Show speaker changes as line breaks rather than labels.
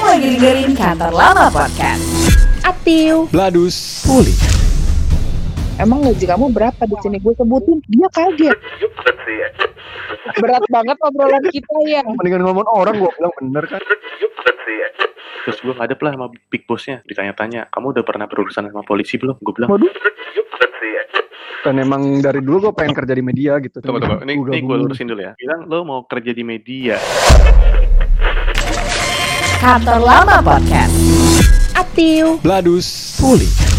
lagi dengerin Kantor Lama Podcast.
Atiu.
Bladus. Pulih.
Emang gaji kamu berapa di sini? Gue sebutin, dia kaget. Berat banget obrolan kita ya.
Mendingan ngomong orang gue bilang bener kan.
Terus gue ngadep lah sama big bossnya Ditanya-tanya Kamu udah pernah berurusan sama polisi belum? Gue bilang
Waduh. Kan emang dari dulu gue pengen kerja di media gitu.
Coba coba Ini,
Gua
ini gue
gabungin.
lurusin dulu ya Bilang lo mau kerja di media
Kantor Lama Podcast.
Atiu.
Bladus. Pulih.